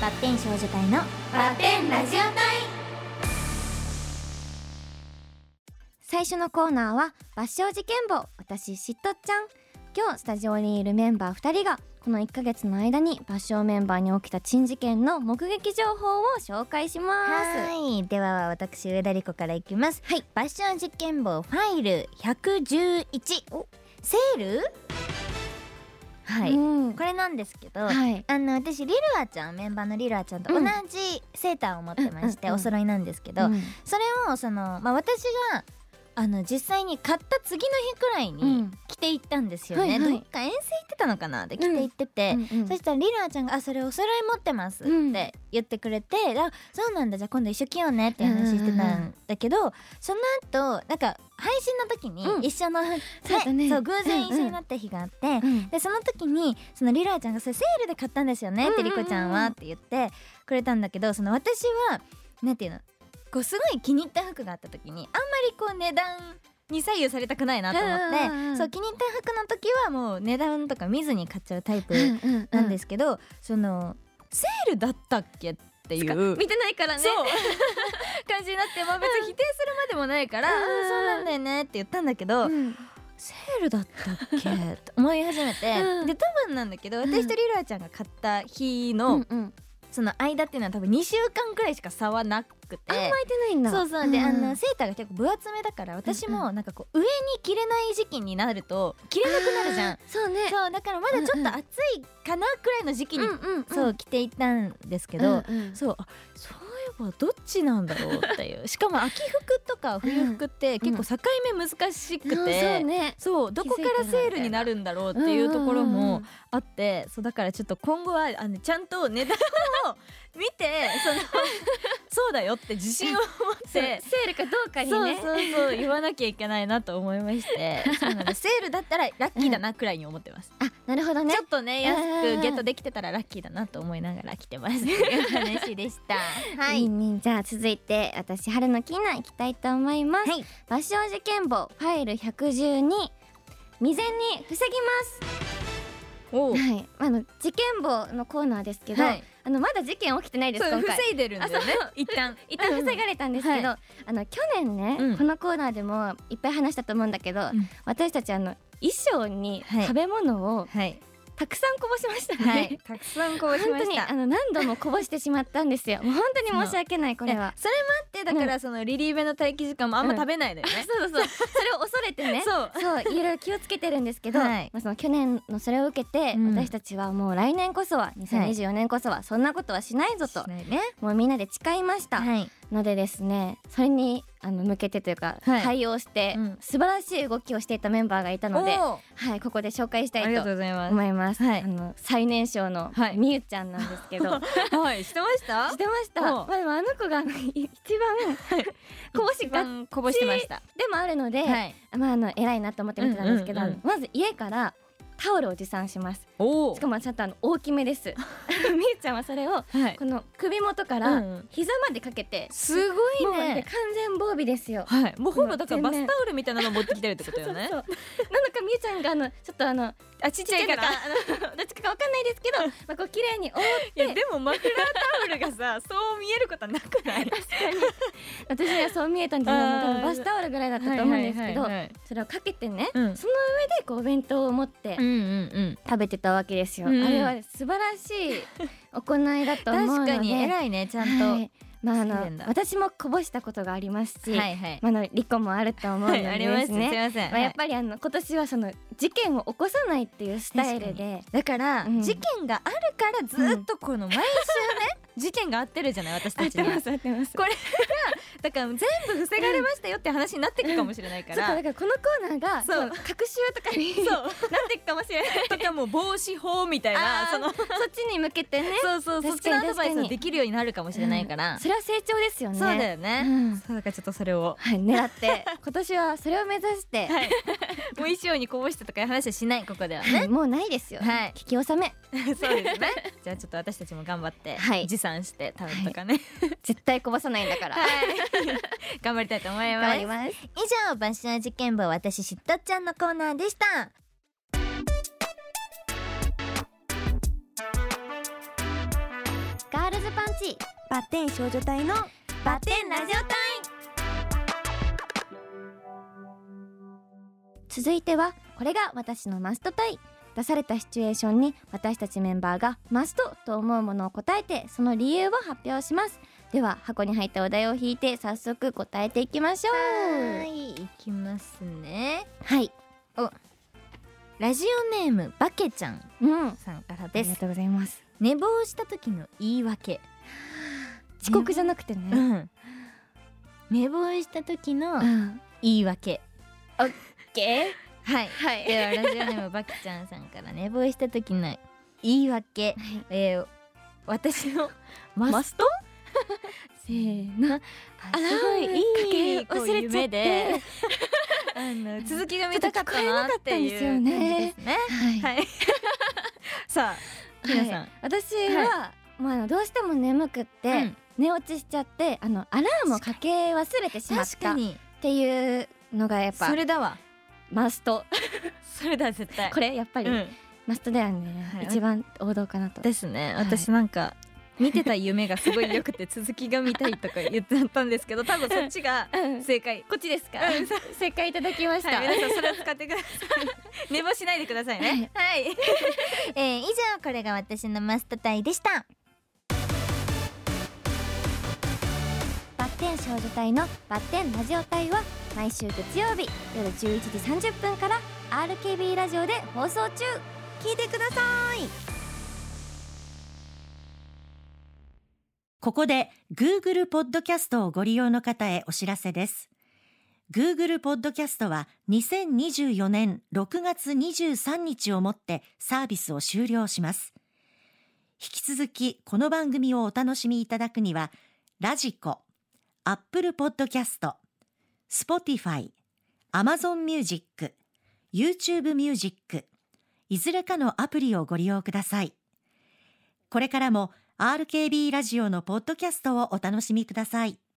バッテン少女隊のバッテンラジオ隊最初のコーナーは「抜傷事件簿私しっとっちゃん」今日スタジオにいるメンバー2人がこの1ヶ月の間に抜傷メンバーに起きた珍事件の目撃情報を紹介します。はいでは私上田理子からいきますはい、ファッション実験簿ファイル111セールは、はいうんこれなんですけど、はい、あの私リルアちゃんメンバーのリルアちゃんと同うんじセーターを持ってうまして、んうんうんお揃いなんですけど、うんそれをその、まあ、私があの実際に買った次の日くらいうんに着ていったんですよはね、いはいどっか遠征行ってたのかなって着ていってて、うんうんそしたらリルアちゃんが「あそれお揃い持ってます」っうんて言ってくれて「あそうなんだじゃあ今度一緒着ようね」って話してたんだけど、その後なんか配信の時にうん一緒の、ねそうだねそう偶然一緒になった日があって、うんでその時にそのリラちゃんがそれセールで買ったんですよねってうんうんリうんコちゃんはって言ってくれたんだけどその私はなんていうのこうすごい気に入った服があった時にあんまりこう値段に左右されたくないなと思って、うんうんうんそう気に入った服の時はもう値段とか見ずに買っちゃうタイプうんうんなんですすけど、そのセールだったっけっていう。見てないからねそう 感じになって、まあ、別に否定するまでもないから、うんうんうんあーそうなんだよねって言ったんだけど、うんセールだったっけと思い始めて、うんで多分なんだけどん私とリラちゃんが買った日うの、んうんその間っていうのは多分2週間くらいしか差はなくてあんま空いてないんだそうそうで、んあんのセーターが結構分厚めだから私もなんかこう上に着れない時期になると着れなくなるじゃあ。んーそうねそうだからまだちょっと暑いかなくらいの時期に、うんうんうんそう着ていったんですけど、うんうんそうあそういえばどっちなんだろうっていうしかも秋服とか冬服って結構境目難しくて、うんそうねそうどこからセールになるんだろうっていうところもあってそうだからちょっと今後はあのちゃんと値段を見 てそのそうだよって自信を持 っそうセて。ールかどうかそうにそうねそう言わなきゃいけないなと思いまして そうなんですセールだったらラッキーだなくらいに思ってます、あなるほどねちょっとねうん安くゲットできてたらラッキーだなと思いながら来てます っていう話でしたはいいいねじゃあ続いて私春のキーナ行きたいと思います、はい場所事件簿ファイル112未然に防ぎ おますはいあの事件簿のコーナーですけど、はいあのまだ事件起きてないです今回いでるんだよね一旦一旦防がれたんですけど、うあの去年ね、うんこのコーナーでもいっぱい話したと思うんだけど、ん私たちあの衣装に食べ物をはいたくさんこぼしましたね、 はいたくさんこぼし本ま当しにたあの何度もこぼしてしまったんですよもう本当に申し訳ないこれはそれもあってだからそのリリーベの待機時間もあんま食べないのよね、そうそうそれを恐れてねそうそういろいろ気をつけてるんですけど、はいまあ、その去年のそれを受けて、うん私たちはもう来年こそは2024年こそはそんなことはしないぞと、ねねもうみんなで誓いました、はいのでですねそれにあの向けてというか、はい対応して、うん素晴らしい動きをしていたメンバーがいたので、おーはい、ここで紹介したあいりがとうとございます思います。はいあの最年少のはいみゆちゃんなんですけ ど、はいしてましたしてました。まおうあ、でもあの子が一番こぼし一が番こぼしてましたでもあるので、はいまあ、あの偉いなと思って見てたんですけど、うんうんうんまず家からタオルを持参しますおおしかもちゃんとあの大きめです みゆちゃんはそれをはいこの首元かうらんうん膝までかけて、すごいもうねね完全防備ですよはいもうほぼだからもバう全然スタオルみたいなの持ってきてるってことよねそうそうそうなのかみゆちゃんがあのちょっとあのあちっちちゃっいちゃいかかららあのどっちかわかんないですけど、まあ、こう綺麗に覆っいやでもマフラータオルがさそう見えることはなく ない私にはそう見えたんですよあー多分バスタオルぐらいだったと思うんですけど、はいはいはいはいそれをかけてね、うんその上でこうお弁当を持ってうんうん食べてたわけですよ、うんあれは素晴らしい行いだと思うので確かに偉いねちゃんと、ははいまああそうなのんだ私もこぼしたことがありますし、いはいまああのリコもあると思うのはでいありまですすすいね、ません、まあ、やっぱりあの今年はその事件を起こさないっていうスタイルでだから、うん事件があるからずっとこの毎週ね、事件があってるじゃない 私合たっちてにまはす合ってますこれだから全部防がれましたよって話になっていくかもしれないか、そっからだからこのコーナーがそそうう隔週とかにそうなっていくかもしれ ないとかもう防止法みたいな あーそのそっちに向けて ねそうそうそっ確ちかにのアドバイス確かがにできるようになるかもしれないから、うんそれは成長ですよねそうだよね、うんそうだからちょっとそれをはい狙って 今年はそれを目指して、はいもう衣装にこぼしてとかいう話はしないここでははねいもうないですよ、はい聞き納め そうですね。 じゃあちょっと私たちも頑張って、はい持参して食べるとかね。絶対こぼさないんだから、い。頑張りたいと思い頑ま張す。ります以上バッシュ事件簿私しっとっちゃんのコーナーでした。ガールズパンチバッテン少女隊のバッテンラジオ隊続いてはこれが私のマスト隊出されたシチュエーションに私たちメンバーがマストと思うものを答えてその理由を発表しますでは箱に入ったお題を引いて早速答えていきましょうい行きますねはいラジオネームバケちゃんうんさんからあでりがすとうございます寝坊した時の言い訳遅刻じゃなくてね、ん寝坊した時のうん、言い訳けははいではラジオネームバキちゃんさんから寝坊した時の言い訳、えー、私のマストせーのあすごいいいこう夢であ の続きが見たかったなっていう感じですね。はいはい。 さあ、ひなさん。私は、もうあのどうしても眠くって、うん寝落ちしちゃってあのアラームをかけ忘れてしまっ確たかっにていうのがやっぱそれだわ。マストそれだ絶対。これやっぱり、うんマストだよね、はい一番王道かなとですね。はい私なんか見てた夢がすごい良くて続きが見たいとか言ってあったんですけ ど、多分そっちがうん正解。こっちですか、うん 正解いただきました、はい、皆さんそれを使ってく ださい寝坊しないでくださいねはい、 えー、以上これが私のマストタイでしたバッテン少女隊のバッテンラジオ隊は毎週月曜日夜11時30分から RKB ラジオで放送中聞いてくださいここで Google ポッドキャストをご利用の方へお知らせです。Google ポッドキャストは2024年6月23日をもってサービスを終了します。引き続きこの番組をお楽しみいただくには、ラジコ、Apple ポッドキャスト、Spotify、Amazon Music、YouTube Music、いずれかのアプリをご利用ください。これからも RKB ラジオのポッドキャストをお楽しみください。